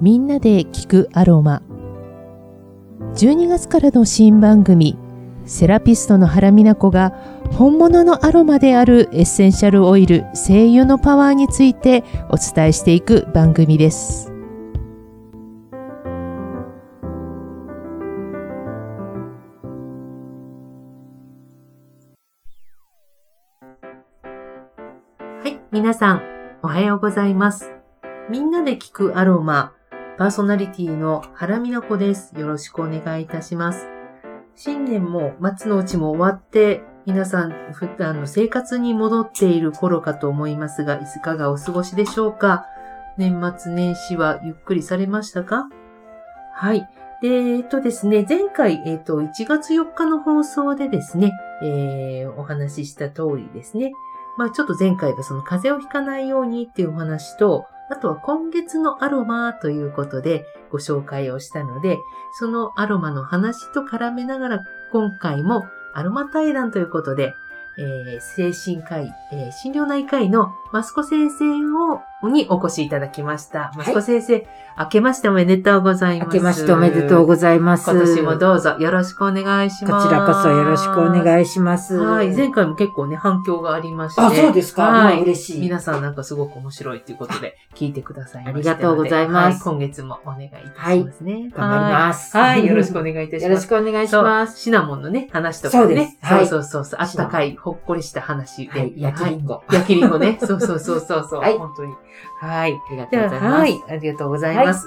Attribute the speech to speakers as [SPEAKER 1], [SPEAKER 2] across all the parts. [SPEAKER 1] みんなで聞くアロマ12月からの新番組セラピストの原美奈子が本物のアロマであるエッセンシャルオイル精油のパワーについてお伝えしていく番組ですはい皆さんおはようございますみんなで聞くアロマパーソナリティの原美奈子ですよろしくお願いいたします新年も末のうちも終わって、皆さん普段の生活に戻っている頃かと思いますが、いかがお過ごしでしょうか年末年始はゆっくりされましたかはい。で、えっとですね、前回、えっと、1月4日の放送でですね、えーお話しした通りですね、まあちょっと前回がその風邪をひかないようにっていうお話と、あとは今月のアロマということでご紹介をしたので、そのアロマの話と絡めながら、今回もアロマ対談ということで、えー精神科医、えー心療内科医のマスコ先生を、にお越しいただきました。マスコ先生、明けましておめでとうございま
[SPEAKER 2] 明
[SPEAKER 1] す。
[SPEAKER 2] けましておめでとうございます。
[SPEAKER 1] 今年もどうぞよろしくお願いし
[SPEAKER 2] こ
[SPEAKER 1] ます。
[SPEAKER 2] ちらこそよろしくお願いします。
[SPEAKER 1] はい。前回も結構ね、反響がありまして。
[SPEAKER 2] あ、そうですか。
[SPEAKER 1] はい
[SPEAKER 2] まあ嬉しい。
[SPEAKER 1] 皆さんなんかすごく面白いということで、聞いてくださいましたので。
[SPEAKER 2] ありがとうございます
[SPEAKER 1] は今月もお願いいたしますね。
[SPEAKER 2] 頑張ります
[SPEAKER 1] はい。はいよろしくお願いいたし
[SPEAKER 2] よ
[SPEAKER 1] ま
[SPEAKER 2] ろし
[SPEAKER 1] す。
[SPEAKER 2] くお願いします。
[SPEAKER 1] シナモンのね、話とか
[SPEAKER 2] そうで
[SPEAKER 1] ね
[SPEAKER 2] す。はい
[SPEAKER 1] そうそうそうそう。あったかい、ほっこりした話で。
[SPEAKER 2] はい、焼きりんご。
[SPEAKER 1] 焼きりんごね。そうそうそうそうそう。
[SPEAKER 2] はい
[SPEAKER 1] 本当に。はい。
[SPEAKER 2] ありがと
[SPEAKER 1] じ
[SPEAKER 2] う
[SPEAKER 1] ゃあ
[SPEAKER 2] ございます。
[SPEAKER 1] はい、ありがとうございます。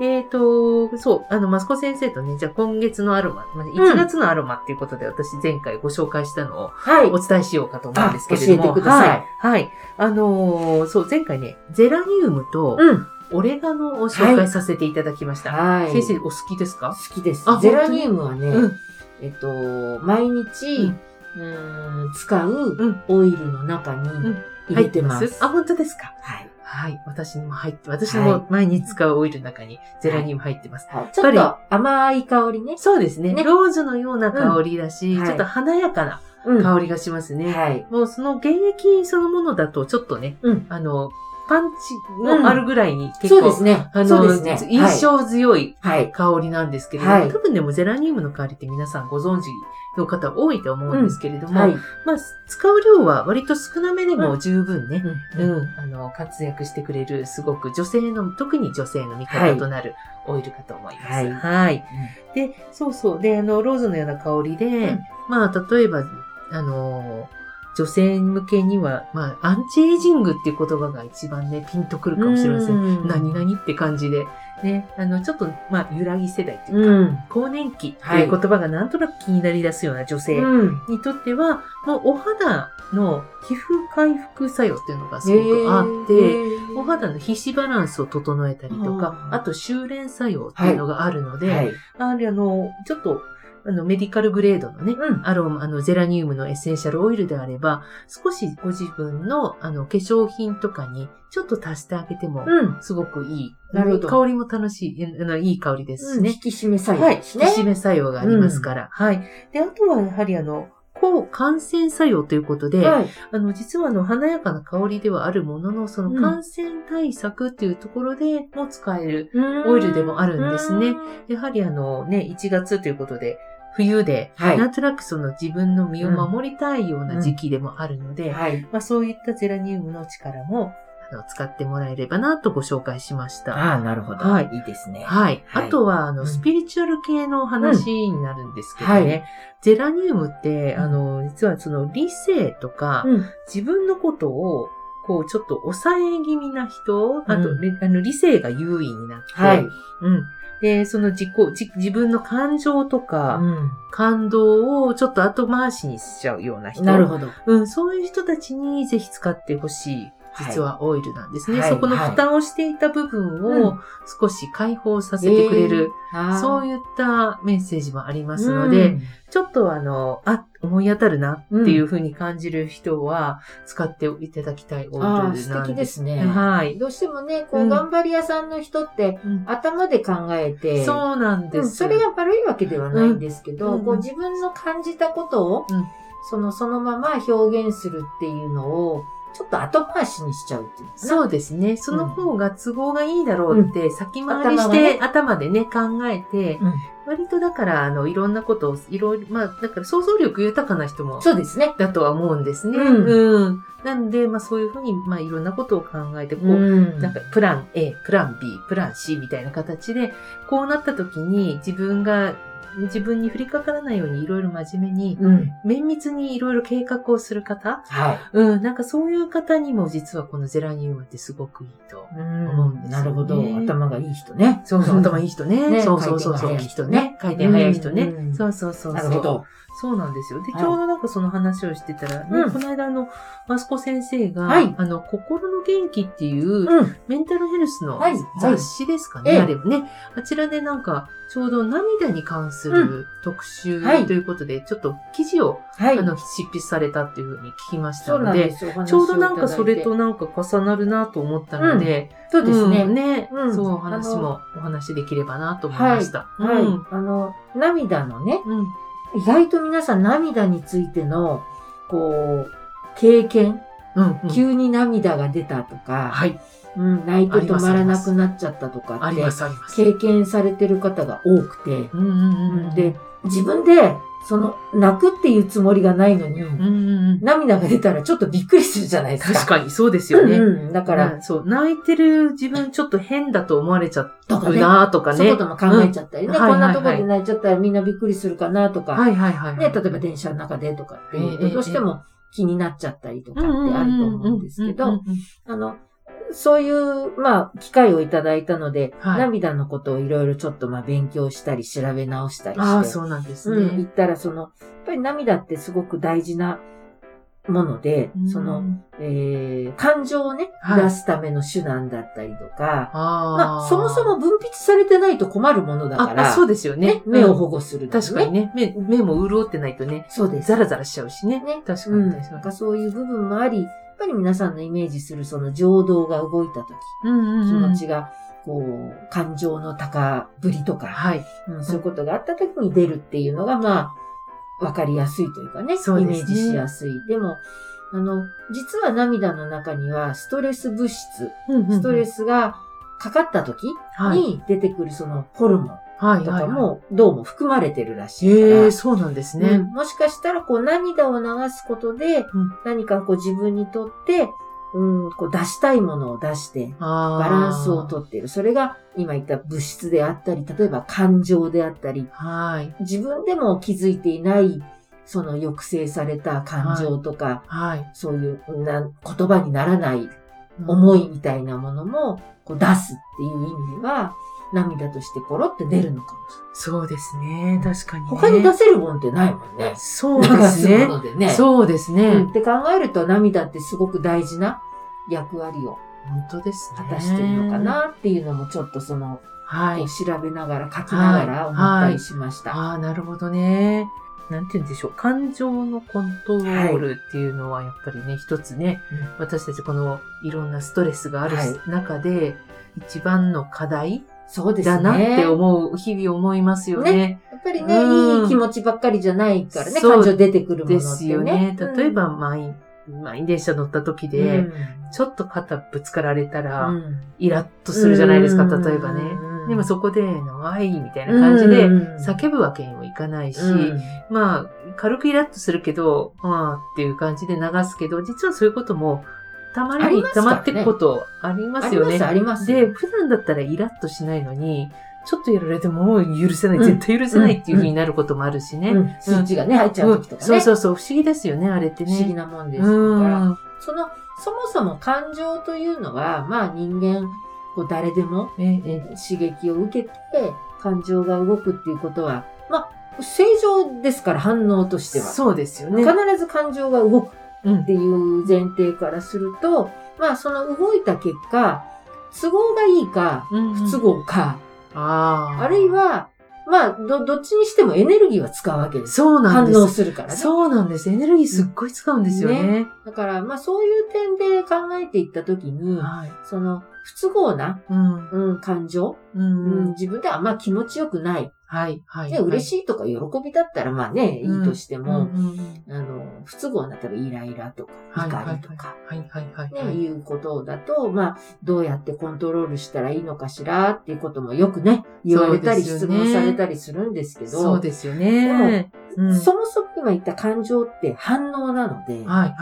[SPEAKER 1] で、えっ、と、そう、あの、マスコ先生とね、じゃあ今月のアロマ、まあ1月のアロマっていうことで、私前回ご紹介したのを
[SPEAKER 2] はい。
[SPEAKER 1] お伝えしようかと思うんですけれども。
[SPEAKER 2] あ教えてください
[SPEAKER 1] はい。はい。あのーそう、前回ね、ゼラニウムと
[SPEAKER 2] うん。
[SPEAKER 1] オレガノを紹介させていただきました。
[SPEAKER 2] はい。
[SPEAKER 1] 先生、
[SPEAKER 2] 好
[SPEAKER 1] お好きですか
[SPEAKER 2] きです
[SPEAKER 1] あ。
[SPEAKER 2] ゼラニウムはね、
[SPEAKER 1] うん
[SPEAKER 2] えっと、毎日、うーん使
[SPEAKER 1] うん
[SPEAKER 2] うオイルの中に
[SPEAKER 1] ん
[SPEAKER 2] 入れてます。
[SPEAKER 1] あ、本当ですか
[SPEAKER 2] はい。
[SPEAKER 1] はい。私にも入って、私
[SPEAKER 2] は
[SPEAKER 1] も
[SPEAKER 2] い
[SPEAKER 1] 毎日使うオイルの中にゼラニウム入ってます。
[SPEAKER 2] はいちょっと甘い香りね。
[SPEAKER 1] そうですね
[SPEAKER 2] ね
[SPEAKER 1] ローズのような香りだし、
[SPEAKER 2] うんはい
[SPEAKER 1] ちょっと華やかな
[SPEAKER 2] うん
[SPEAKER 1] 香りがしますね。
[SPEAKER 2] はい。
[SPEAKER 1] もうその原液そのものだとちょっとね、
[SPEAKER 2] うん
[SPEAKER 1] あの、パンチもあるぐらいに結
[SPEAKER 2] そう
[SPEAKER 1] 構、
[SPEAKER 2] ですね。
[SPEAKER 1] あ
[SPEAKER 2] そう
[SPEAKER 1] の、
[SPEAKER 2] ですね。
[SPEAKER 1] 印象強い
[SPEAKER 2] はい。はい。
[SPEAKER 1] 香りなんですけれども、
[SPEAKER 2] はい
[SPEAKER 1] 多分でもゼラニウムの香りって皆さんご存知の方多いと思うんですけれども、
[SPEAKER 2] はい。
[SPEAKER 1] まあ、使う量は割と少なめでも十分ね、
[SPEAKER 2] う
[SPEAKER 1] うんん、あの、活躍してくれる、すごく女性の、特に女性の味方となるオイルかと思います。は。
[SPEAKER 2] はいい
[SPEAKER 1] で、そうそう。で、あの、ローズのような香りで、
[SPEAKER 2] ん
[SPEAKER 1] まあ、例えば、あの、女性向けには、まあ、アンチエイジングっていう言葉が一番ね、ピンとくるかもしれません。
[SPEAKER 2] うん
[SPEAKER 1] 何々って感じで、ね、あの、ちょっと、まあ、揺らぎ世代っていうか、
[SPEAKER 2] うん。
[SPEAKER 1] 更年期っていう言葉がなんとなく気になり出すような女性
[SPEAKER 2] うん。
[SPEAKER 1] にとっては、もうお肌の皮膚回復作用っていうのがす
[SPEAKER 2] す
[SPEAKER 1] ご
[SPEAKER 2] ご
[SPEAKER 1] く
[SPEAKER 2] く
[SPEAKER 1] あ
[SPEAKER 2] あ
[SPEAKER 1] っ、
[SPEAKER 2] ってて、
[SPEAKER 1] お肌の皮脂バランスを整えたりとか、
[SPEAKER 2] うん
[SPEAKER 1] あと修練作用っていうのがあるので、
[SPEAKER 2] はい、
[SPEAKER 1] あれあの、ちょっと、あの、メディカルグレードのね、
[SPEAKER 2] うん
[SPEAKER 1] アロマ、あの、ゼラニウムのエッセンシャルオイルであれば、少しご自分の、あの、化粧品とかに、ちょっと足してあげても、
[SPEAKER 2] うん。
[SPEAKER 1] すごくいい。
[SPEAKER 2] なるほど
[SPEAKER 1] 香りも楽しい、あのいい香りですしね。
[SPEAKER 2] 引き締め作用
[SPEAKER 1] はい。
[SPEAKER 2] で
[SPEAKER 1] 引き
[SPEAKER 2] すね。
[SPEAKER 1] 締め作用がありますから。はい。で、あとはやはりあの、抗感染作用ということで、
[SPEAKER 2] はい。
[SPEAKER 1] あの、実はあの、華やかな香りではあるものの、その
[SPEAKER 2] うん
[SPEAKER 1] 感染対策っていうところでも使える。オ
[SPEAKER 2] オ
[SPEAKER 1] イルでもあるんですね。やはりあの、ね、1月ということで、冬で、
[SPEAKER 2] はい
[SPEAKER 1] なんとなくその自分の身を守りたいような時期でもあるので、
[SPEAKER 2] はい。
[SPEAKER 1] まあそういったゼラニウムの力も、あの、使ってもらえればなとご紹介しました。
[SPEAKER 2] ああ、なるほど。
[SPEAKER 1] はい
[SPEAKER 2] いいですね。
[SPEAKER 1] はい。あ
[SPEAKER 2] はい
[SPEAKER 1] とは、あ
[SPEAKER 2] う
[SPEAKER 1] の、
[SPEAKER 2] ん
[SPEAKER 1] スピリチュアル系の話になるんですけどね。
[SPEAKER 2] はい
[SPEAKER 1] ゼラニウムって、
[SPEAKER 2] うん
[SPEAKER 1] あの、実はその理性とか、
[SPEAKER 2] うん。
[SPEAKER 1] 自分のことを、こう、ちょっと抑え気味な人、あと、
[SPEAKER 2] うん
[SPEAKER 1] れあの理性が優位になって、
[SPEAKER 2] はい。
[SPEAKER 1] うん。で、その自己、じ自分の感情とか、
[SPEAKER 2] う
[SPEAKER 1] 感動をちょっと後回しにしちゃうような人。
[SPEAKER 2] ん。なるほど。
[SPEAKER 1] うん、そういう人たちにぜひ使ってほしい、
[SPEAKER 2] はい
[SPEAKER 1] 実はオイルなんですね。
[SPEAKER 2] はい
[SPEAKER 1] そこの負担をしていた部分
[SPEAKER 2] う
[SPEAKER 1] を少し解放させてくれる、そう
[SPEAKER 2] い
[SPEAKER 1] いったメッセージもありますので、、ちょっとあの、あ、思い当たるなっていうふうに感じる人は使っていただきたいオイルな
[SPEAKER 2] あ
[SPEAKER 1] ん
[SPEAKER 2] あ、
[SPEAKER 1] です。
[SPEAKER 2] 素敵ですね。
[SPEAKER 1] はい。
[SPEAKER 2] どうしてもね、こ
[SPEAKER 1] うん
[SPEAKER 2] う、頑張り屋さんの人って、
[SPEAKER 1] うん
[SPEAKER 2] 頭で考えて、
[SPEAKER 1] そうなんで
[SPEAKER 2] うん
[SPEAKER 1] す。
[SPEAKER 2] それが悪いわけではないんですけ
[SPEAKER 1] うん
[SPEAKER 2] ど、
[SPEAKER 1] うん
[SPEAKER 2] こう自分の感じたことを、
[SPEAKER 1] うん
[SPEAKER 2] そのそのまま表現するっていうのをちょっと後回しにしちゃうっていうのかな。
[SPEAKER 1] そうですね。その方が都合がいいだろうって先回りして頭でね考えて、
[SPEAKER 2] うん
[SPEAKER 1] 割とだからあのいろんなことを、いろいろ、まあだから想像力豊かな人も
[SPEAKER 2] そうですね。
[SPEAKER 1] だとは思うんですね。
[SPEAKER 2] うん
[SPEAKER 1] うん。なんで、まあそういうふうに、まあいろんなことを考えて、こう、
[SPEAKER 2] ん
[SPEAKER 1] なんか、プラン A、プラン B、プラン C みたいな形で、こうなった時に自分が、自分に降りかからないようにいろいろ真面目に、
[SPEAKER 2] うん。
[SPEAKER 1] 綿密にいろいろ計画をする方
[SPEAKER 2] はい。
[SPEAKER 1] うん、なんかそういう方にも実はこのゼラニウムってすごくいいと。
[SPEAKER 2] うん。なるほど。頭がいい人ね。
[SPEAKER 1] そうそう、頭いい人ね。
[SPEAKER 2] ね
[SPEAKER 1] そうそうそうそう。
[SPEAKER 2] 回転が速い人ね
[SPEAKER 1] 回転早い人ね。
[SPEAKER 2] うん
[SPEAKER 1] そうそうそうそう。
[SPEAKER 2] なるほど。
[SPEAKER 1] そうなんですよ。で、
[SPEAKER 2] はい
[SPEAKER 1] ちょうどなんかその話をしてたら、ね
[SPEAKER 2] うん
[SPEAKER 1] この間あの、マスコ先生が、
[SPEAKER 2] はい
[SPEAKER 1] あの、心の元気っていう、
[SPEAKER 2] うん。
[SPEAKER 1] メンタルヘルスの
[SPEAKER 2] はい
[SPEAKER 1] 雑誌ですかね、
[SPEAKER 2] はい
[SPEAKER 1] あれもね。あちらでなんか、ちょうど涙に関す
[SPEAKER 2] う
[SPEAKER 1] る特集
[SPEAKER 2] はい
[SPEAKER 1] ということで、ちょっと記事を、
[SPEAKER 2] は
[SPEAKER 1] あ
[SPEAKER 2] い。
[SPEAKER 1] の、執筆されたっていうふうに聞きました
[SPEAKER 2] そう
[SPEAKER 1] の
[SPEAKER 2] なん
[SPEAKER 1] で、
[SPEAKER 2] ですよ。お話を
[SPEAKER 1] ちょうどなんか
[SPEAKER 2] いただいて
[SPEAKER 1] それと、なんか重なるなと思ったので、
[SPEAKER 2] そうですね。
[SPEAKER 1] んね、
[SPEAKER 2] うん
[SPEAKER 1] そうお話もお話できればなと思いました。
[SPEAKER 2] はい、
[SPEAKER 1] うん
[SPEAKER 2] あの、涙のね、
[SPEAKER 1] うん
[SPEAKER 2] 意外と皆さん涙についての、こう、経験、
[SPEAKER 1] うんうん
[SPEAKER 2] 急に涙が出たとか、
[SPEAKER 1] はい。
[SPEAKER 2] うん、泣いて止まらなくなっちゃったとか
[SPEAKER 1] あ
[SPEAKER 2] っ
[SPEAKER 1] り
[SPEAKER 2] て、
[SPEAKER 1] ます、あります。
[SPEAKER 2] 経験されてる方が多くて、
[SPEAKER 1] うんうんうん。
[SPEAKER 2] で、、自分で、その、泣くっていうつもりがないのに、
[SPEAKER 1] うんうんうん。
[SPEAKER 2] 涙が出たらちょっとびっくりするじゃないですか。
[SPEAKER 1] 確かにそうですよね。
[SPEAKER 2] うんうんだか
[SPEAKER 1] う
[SPEAKER 2] ら、
[SPEAKER 1] んそう、泣いてる自分ちょっと変だと思われちゃった
[SPEAKER 2] とかね
[SPEAKER 1] なとか
[SPEAKER 2] そうい
[SPEAKER 1] ね。
[SPEAKER 2] うことも考えちゃったりね、
[SPEAKER 1] うんはい
[SPEAKER 2] こ
[SPEAKER 1] はい
[SPEAKER 2] ん
[SPEAKER 1] は
[SPEAKER 2] ないとこで泣いちゃったらみんなびっくりするかなとか、
[SPEAKER 1] はいはいはいはい。
[SPEAKER 2] ね、例えば電車の中でとかっていう
[SPEAKER 1] え
[SPEAKER 2] と、
[SPEAKER 1] え
[SPEAKER 2] どうしても気になっちゃったりとかってあると思うんですけ
[SPEAKER 1] うんうん
[SPEAKER 2] ど、
[SPEAKER 1] うんうん
[SPEAKER 2] あの、そういう、まあ、機会をいただいたので、
[SPEAKER 1] はい
[SPEAKER 2] 涙のことをいろいろちょっと、まあ、勉強したり、調べ直したりして、
[SPEAKER 1] ああ、そうなんです
[SPEAKER 2] うん、言
[SPEAKER 1] ね
[SPEAKER 2] っ。たら、その、やっぱり涙ってすごく大事なもので、その、、えー、感情をね、
[SPEAKER 1] はい
[SPEAKER 2] 出すための手段だったりとか、
[SPEAKER 1] あ
[SPEAKER 2] まあ、そもそも分泌されてないと困るものだ
[SPEAKER 1] あ、
[SPEAKER 2] か
[SPEAKER 1] あ
[SPEAKER 2] ら、
[SPEAKER 1] そうですよね
[SPEAKER 2] ね。、目を
[SPEAKER 1] ほ
[SPEAKER 2] 保護する、
[SPEAKER 1] 確かに。ね。目、目も潤ってないとね、
[SPEAKER 2] そうです。
[SPEAKER 1] ザラザラしちゃうしね。
[SPEAKER 2] ね
[SPEAKER 1] 確か
[SPEAKER 2] うん、
[SPEAKER 1] に
[SPEAKER 2] な
[SPEAKER 1] 確か
[SPEAKER 2] んかそういう部分もあり、やっぱり皆さんのイメージするその情動が動いた時、
[SPEAKER 1] に。うんうんうん
[SPEAKER 2] 気持ちが、こう、感情の高ぶりとか、
[SPEAKER 1] はい。
[SPEAKER 2] うんそういうことがあった時に出るっていうのが、まあ、わかりやすいというかね、
[SPEAKER 1] そう
[SPEAKER 2] イ
[SPEAKER 1] で
[SPEAKER 2] メ
[SPEAKER 1] すね
[SPEAKER 2] ージしやすい。でも、あの、実は涙の中にはストレス物質、ストレ
[SPEAKER 1] ス
[SPEAKER 2] スがかかった時
[SPEAKER 1] はい
[SPEAKER 2] に出てくるそのホルモン
[SPEAKER 1] はい
[SPEAKER 2] と
[SPEAKER 1] はいは
[SPEAKER 2] か
[SPEAKER 1] い。
[SPEAKER 2] もどうも含まれてるらしいから。
[SPEAKER 1] ええ、そうなんです
[SPEAKER 2] う
[SPEAKER 1] ね
[SPEAKER 2] ん。もしかしたら、こう、涙を流すことで、
[SPEAKER 1] ん
[SPEAKER 2] 何かこう自分にとって、うん、こう出したいものを出して、
[SPEAKER 1] ああ。
[SPEAKER 2] バランスをとっている。それが、今言った物質であったり、例えば感情であったり、
[SPEAKER 1] はい。
[SPEAKER 2] 自分でも気づいていない、その抑制された感情とか、
[SPEAKER 1] はい。
[SPEAKER 2] そういうな言葉にならない思いみたいなものも、こう出すっていう意味では、涙としてポロって出るのかもしれ
[SPEAKER 1] そ
[SPEAKER 2] ない。
[SPEAKER 1] うですね。確かにね。
[SPEAKER 2] 他に出せるもんってないもんね。
[SPEAKER 1] そうですね
[SPEAKER 2] 流。ものでね
[SPEAKER 1] そうですね。
[SPEAKER 2] うんって考えると涙ってすごく大事な役割を
[SPEAKER 1] 本当ですね。
[SPEAKER 2] 果たしてるのか。なっていうのもちょっとその、
[SPEAKER 1] はい
[SPEAKER 2] こう。調べながら書きながら思ったりしました。
[SPEAKER 1] ああ、なるほどね。なんて言うんでしょう。感情のコントロールっていうのはやっぱりね、一つね、私たちこのいろんなストレスがある
[SPEAKER 2] はい
[SPEAKER 1] 中で、一番の課題
[SPEAKER 2] そうですね。
[SPEAKER 1] だなって思う、日々思いますよね。
[SPEAKER 2] やっぱりね、
[SPEAKER 1] うん
[SPEAKER 2] いい気持ちばっかりじゃないからね、
[SPEAKER 1] そう
[SPEAKER 2] 感情出てくるもの
[SPEAKER 1] で
[SPEAKER 2] って
[SPEAKER 1] す
[SPEAKER 2] ね。
[SPEAKER 1] よね。
[SPEAKER 2] うん
[SPEAKER 1] 例えば、、満員、満員電車乗った時
[SPEAKER 2] うん
[SPEAKER 1] で、ちょっと肩ぶつかられたら、
[SPEAKER 2] うん
[SPEAKER 1] イラッとするじゃないですか、
[SPEAKER 2] うん
[SPEAKER 1] 例えばね。
[SPEAKER 2] うん
[SPEAKER 1] でもそこで、長いみたいな感じで、
[SPEAKER 2] うん
[SPEAKER 1] 叫ぶわけにもいかないし、
[SPEAKER 2] うん
[SPEAKER 1] まあ、軽くイラッとするけど、まあっていう感じで流すけど、実はそういうことも、たま
[SPEAKER 2] あり
[SPEAKER 1] に
[SPEAKER 2] ますか
[SPEAKER 1] 溜
[SPEAKER 2] らね
[SPEAKER 1] まってくことありま
[SPEAKER 2] あ
[SPEAKER 1] す
[SPEAKER 2] り
[SPEAKER 1] よ
[SPEAKER 2] ま
[SPEAKER 1] ね。
[SPEAKER 2] す、あります。
[SPEAKER 1] で、普段だったらイラッとしないのに、ちょっとやられても許せない、
[SPEAKER 2] うん
[SPEAKER 1] 絶対許せないっていう風になることもあるしね。
[SPEAKER 2] うんスイッチがね、入っちゃう時とかね。
[SPEAKER 1] そうそうそう、不思議ですよね、あれって
[SPEAKER 2] 不
[SPEAKER 1] ね。
[SPEAKER 2] 思議なもんです。
[SPEAKER 1] う
[SPEAKER 2] から
[SPEAKER 1] ん。
[SPEAKER 2] その、そもそも感情というのは、まあ人間、こう誰でも
[SPEAKER 1] ええ、
[SPEAKER 2] 刺激を受けて感情が動くっていうことは、まあ正常ですから反応としては。
[SPEAKER 1] そうですよね。
[SPEAKER 2] 必ず感情が動く
[SPEAKER 1] うん
[SPEAKER 2] っていう前提からすると、まあその動いた結果、都合がいいか、
[SPEAKER 1] うん
[SPEAKER 2] 不都合か、
[SPEAKER 1] ああ。
[SPEAKER 2] あるい、は、まあど、どっちにしてもエネルギーは使うわけです。
[SPEAKER 1] そうなん
[SPEAKER 2] 反
[SPEAKER 1] で
[SPEAKER 2] 応
[SPEAKER 1] す。
[SPEAKER 2] するからね。
[SPEAKER 1] そうなんです。エネルギーすっごい使うんですよね。
[SPEAKER 2] だから、まあそういう点で考えていったときに、
[SPEAKER 1] はい。
[SPEAKER 2] その不都合な、
[SPEAKER 1] うん。
[SPEAKER 2] うん、感情、
[SPEAKER 1] う
[SPEAKER 2] うん
[SPEAKER 1] ん。
[SPEAKER 2] 自分ではあんま気持ちよくない。
[SPEAKER 1] はい。はい。
[SPEAKER 2] で、嬉
[SPEAKER 1] い。
[SPEAKER 2] しいとか喜びだったら、まあね、いいとして
[SPEAKER 1] うん。う
[SPEAKER 2] も、
[SPEAKER 1] ん
[SPEAKER 2] あの、不都合な、例えばイライラとか、
[SPEAKER 1] はい。
[SPEAKER 2] 怒
[SPEAKER 1] はい
[SPEAKER 2] りとか、。
[SPEAKER 1] はい。はい。はい。
[SPEAKER 2] ね、、
[SPEAKER 1] はいい。
[SPEAKER 2] うことだと、まあ、どうやってコントロールしたらいいのかしらっていうこともよくね、言われたり、
[SPEAKER 1] そうです
[SPEAKER 2] 質
[SPEAKER 1] よね
[SPEAKER 2] 問されたりするんですけど、
[SPEAKER 1] そうですよね。うん
[SPEAKER 2] そもそも今言った感情って反応なので、
[SPEAKER 1] はい。はい。はい。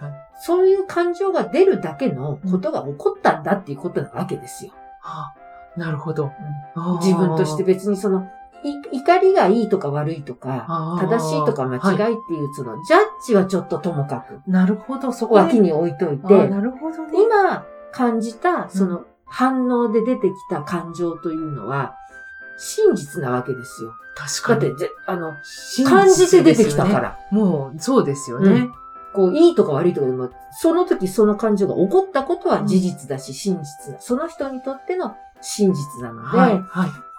[SPEAKER 1] はい。
[SPEAKER 2] そういう感情が出るだけのことが起こったんだっていうことなわけですよ。
[SPEAKER 1] あなるほど。あー
[SPEAKER 2] 自分として、別にその、い怒りがいいとか悪いとか、
[SPEAKER 1] あー
[SPEAKER 2] 正しいとか間
[SPEAKER 1] は
[SPEAKER 2] 違いっていう、その、ジャッジはちょっとともかく、
[SPEAKER 1] なるほど、そこで
[SPEAKER 2] 脇に置いとい
[SPEAKER 1] あ
[SPEAKER 2] て
[SPEAKER 1] ー、なるほどね。
[SPEAKER 2] 今感じた、その、反応で出てきた感情というのは、真実なわけですよ。
[SPEAKER 1] 確
[SPEAKER 2] だ
[SPEAKER 1] か
[SPEAKER 2] っ
[SPEAKER 1] に。
[SPEAKER 2] て、ぜあの、
[SPEAKER 1] 真実
[SPEAKER 2] 感じて出てきた
[SPEAKER 1] です
[SPEAKER 2] か
[SPEAKER 1] よね。
[SPEAKER 2] ら。
[SPEAKER 1] もう、そうですよ
[SPEAKER 2] う
[SPEAKER 1] ね
[SPEAKER 2] ん。こう、いいとか悪いとかでも、その時その感情が起こったことは事実だし、真実だ。その人にとっての真実なので、
[SPEAKER 1] はい。はい。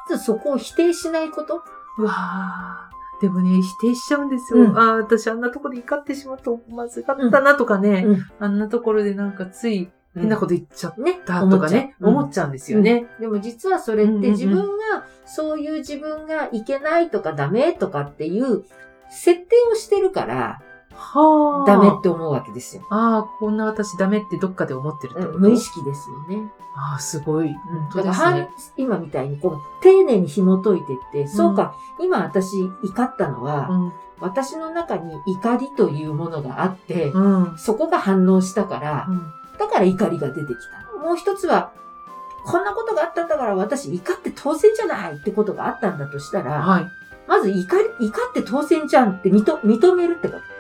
[SPEAKER 2] まずそこを否定しないこと。
[SPEAKER 1] うわあ。でもね、否定しちゃうんですよ。
[SPEAKER 2] うん
[SPEAKER 1] ああ、私あんなところで怒ってしまうとまずかったなとかね、
[SPEAKER 2] うん
[SPEAKER 1] あんなところでなんかつい変なこと言っちゃっ
[SPEAKER 2] とね、
[SPEAKER 1] たとかね、思っ
[SPEAKER 2] ち
[SPEAKER 1] ちゃうんです
[SPEAKER 2] ゃ
[SPEAKER 1] よ
[SPEAKER 2] ううん
[SPEAKER 1] ね。
[SPEAKER 2] ね。でも実はそれっ
[SPEAKER 1] うんうんう
[SPEAKER 2] て
[SPEAKER 1] ん
[SPEAKER 2] 自分が、そういう自分がいけないとかダメとかっていう設定をしてるから、
[SPEAKER 1] はあ。
[SPEAKER 2] ダメって思うわけですよ。
[SPEAKER 1] ああ、こんな私ダメってどっかで思ってるってこと、
[SPEAKER 2] うん無意識ですよね。
[SPEAKER 1] ああ、すごい。本当
[SPEAKER 2] だか
[SPEAKER 1] で
[SPEAKER 2] ら
[SPEAKER 1] す
[SPEAKER 2] 反
[SPEAKER 1] ね。
[SPEAKER 2] 今みたいにこう、丁寧に紐解いてって、そうか、今私怒ったのは、
[SPEAKER 1] うん。
[SPEAKER 2] 私の中に怒りというものがあって、
[SPEAKER 1] うん。うん
[SPEAKER 2] そこが反応したから、だから怒りが出てきた。もう一つは、こんなことがあったんだから私怒って当然じゃないってことがあったんだとしたら、
[SPEAKER 1] はい。
[SPEAKER 2] まず怒り、怒って当然じゃんって認認めるってこと。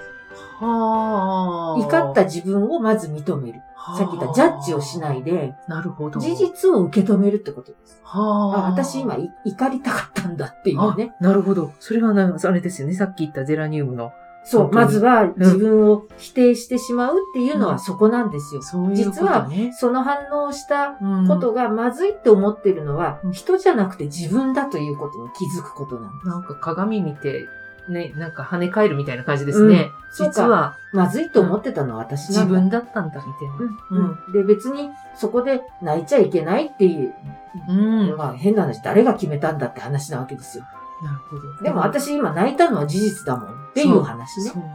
[SPEAKER 1] はあ。
[SPEAKER 2] 怒った自分をまず認める。
[SPEAKER 1] はあ、
[SPEAKER 2] さっき言ったジャッジをしないで、
[SPEAKER 1] なるほど。
[SPEAKER 2] 事実を受け止めるってことです。
[SPEAKER 1] は
[SPEAKER 2] あ、私今い怒りたかったんだっていうね。
[SPEAKER 1] あなるほど。それがな、あれですよね。さっき言ったゼラニウムの。
[SPEAKER 2] そう、
[SPEAKER 1] 本当に
[SPEAKER 2] まずは自分を否定してしまうっていうのはそこなんですよ。
[SPEAKER 1] そういうことね。
[SPEAKER 2] その反応をした
[SPEAKER 1] うん
[SPEAKER 2] ことがまずいって思ってるのは、
[SPEAKER 1] うん
[SPEAKER 2] 人じゃなくて自分だということに気づくことなの。
[SPEAKER 1] なんか鏡見て、ね、なんか跳ね返るみたいな感じですね。
[SPEAKER 2] そうか
[SPEAKER 1] 実は
[SPEAKER 2] まずいと思ってたのは私な
[SPEAKER 1] 自
[SPEAKER 2] んだ
[SPEAKER 1] 分だったんだ、みたいな。
[SPEAKER 2] うんうんで、別にそこで泣いちゃいけないっていう、
[SPEAKER 1] うん。なる
[SPEAKER 2] まあ変な話、誰が決めたんだって話なわけですよ。
[SPEAKER 1] ほど。
[SPEAKER 2] でも、私今泣いたのは事実だもんっていう話ね
[SPEAKER 1] そう。ね。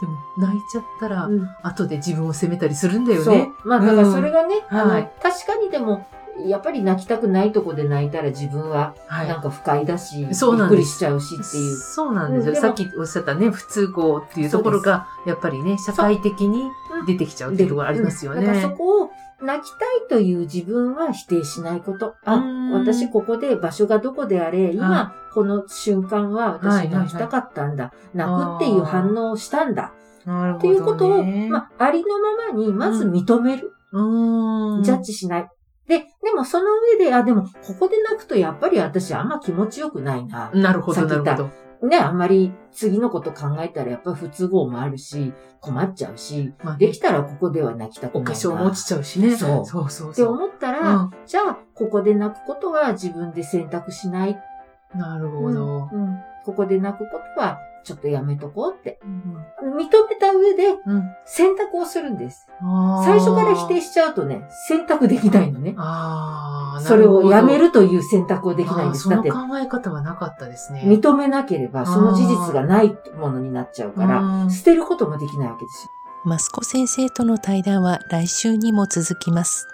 [SPEAKER 1] でも、泣いちゃったら、
[SPEAKER 2] うん
[SPEAKER 1] 後で自分を責めたりするんだよ
[SPEAKER 2] そ
[SPEAKER 1] ね。
[SPEAKER 2] う。まあ、だからそれがね、
[SPEAKER 1] うん
[SPEAKER 2] あの
[SPEAKER 1] はい
[SPEAKER 2] 確かにでも、やっぱり泣きたくないとこで泣いたら自分はなん
[SPEAKER 1] は
[SPEAKER 2] か不快だし、
[SPEAKER 1] そう
[SPEAKER 2] び
[SPEAKER 1] な
[SPEAKER 2] っ
[SPEAKER 1] ん
[SPEAKER 2] く
[SPEAKER 1] です
[SPEAKER 2] りしちゃうし
[SPEAKER 1] い。
[SPEAKER 2] っていう。
[SPEAKER 1] そうなんです
[SPEAKER 2] うん
[SPEAKER 1] よ。
[SPEAKER 2] でも
[SPEAKER 1] さっきおっしゃったね、不都合っていうところが、やっぱりね、社会的に出てきちゃうっていうところありますよね。
[SPEAKER 2] だからそこを泣きたいという自分は否定しないこと。
[SPEAKER 1] う
[SPEAKER 2] あ
[SPEAKER 1] ん、
[SPEAKER 2] 私ここで場所がどこであれ、今この瞬間は
[SPEAKER 1] は
[SPEAKER 2] 私
[SPEAKER 1] いはいはい
[SPEAKER 2] 泣きたかったんだ。泣くっていう反応をしたんだ。
[SPEAKER 1] なるほ
[SPEAKER 2] っ
[SPEAKER 1] ど
[SPEAKER 2] て
[SPEAKER 1] ね
[SPEAKER 2] いうことを、まあ、ありのままにまず認める。
[SPEAKER 1] うーん。
[SPEAKER 2] ジャッジしない。で、でもその上で、あ、でもここで泣くとやっぱり私あんま気持ちよくないな。
[SPEAKER 1] なるほ
[SPEAKER 2] さ
[SPEAKER 1] ど、
[SPEAKER 2] っき
[SPEAKER 1] な
[SPEAKER 2] 言
[SPEAKER 1] る
[SPEAKER 2] っ
[SPEAKER 1] ほ
[SPEAKER 2] た
[SPEAKER 1] ど。
[SPEAKER 2] ね、あんまり次のこと考えたらやっぱ不都合もあるし、困っちゃうし、
[SPEAKER 1] まあね
[SPEAKER 2] できたらここでは泣きたくない
[SPEAKER 1] お
[SPEAKER 2] な。
[SPEAKER 1] 化粧も落ちちゃうしね。
[SPEAKER 2] そう
[SPEAKER 1] そうそう
[SPEAKER 2] って
[SPEAKER 1] そう。
[SPEAKER 2] 思ったら、
[SPEAKER 1] うん
[SPEAKER 2] じゃあ、ここで泣くことは自分で選択しない。
[SPEAKER 1] なるほど。
[SPEAKER 2] うんうんここで泣くことはちょっとやめとこうって。
[SPEAKER 1] うん
[SPEAKER 2] 認めた上で
[SPEAKER 1] うん
[SPEAKER 2] 選択をするんです。
[SPEAKER 1] あー
[SPEAKER 2] 最初から否定しちゃうとね、選択できないのね。
[SPEAKER 1] ああ、
[SPEAKER 2] それをやめ
[SPEAKER 1] なほ
[SPEAKER 2] るという選択を
[SPEAKER 1] ど
[SPEAKER 2] できないんです。
[SPEAKER 1] あー
[SPEAKER 2] だって、
[SPEAKER 1] その考え方はなかったですね。
[SPEAKER 2] 認めなければその事実がないものになっちゃうから、
[SPEAKER 1] うん
[SPEAKER 2] 捨てることもできないわけですよ。
[SPEAKER 3] マスコ先生との対談は来週にも続きます。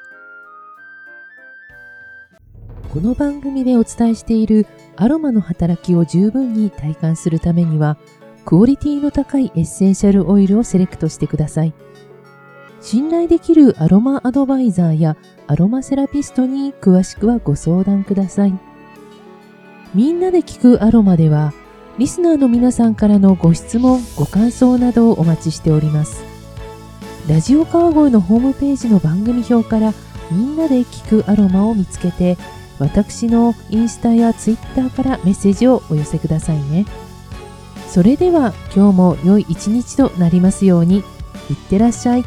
[SPEAKER 3] この番組でお伝えしているアロマの働きを十分に体感するためには、クオリティの高いエッセンシャルオイルをセレクトしてください。信頼できるアロマアドバイザーやアロマセラピストに詳しくはご相談ください。みんなで聞くアロマでは、リスナーの皆さんからのご質問、ご感想などをお待ちしております。ラジオ川越のホームページの番組表からみんなで聞くアロマを見つけて私のインスタやツイッターからメッセージをお寄せくださいねそれでは今日も良い一日となりますようにいってらっしゃい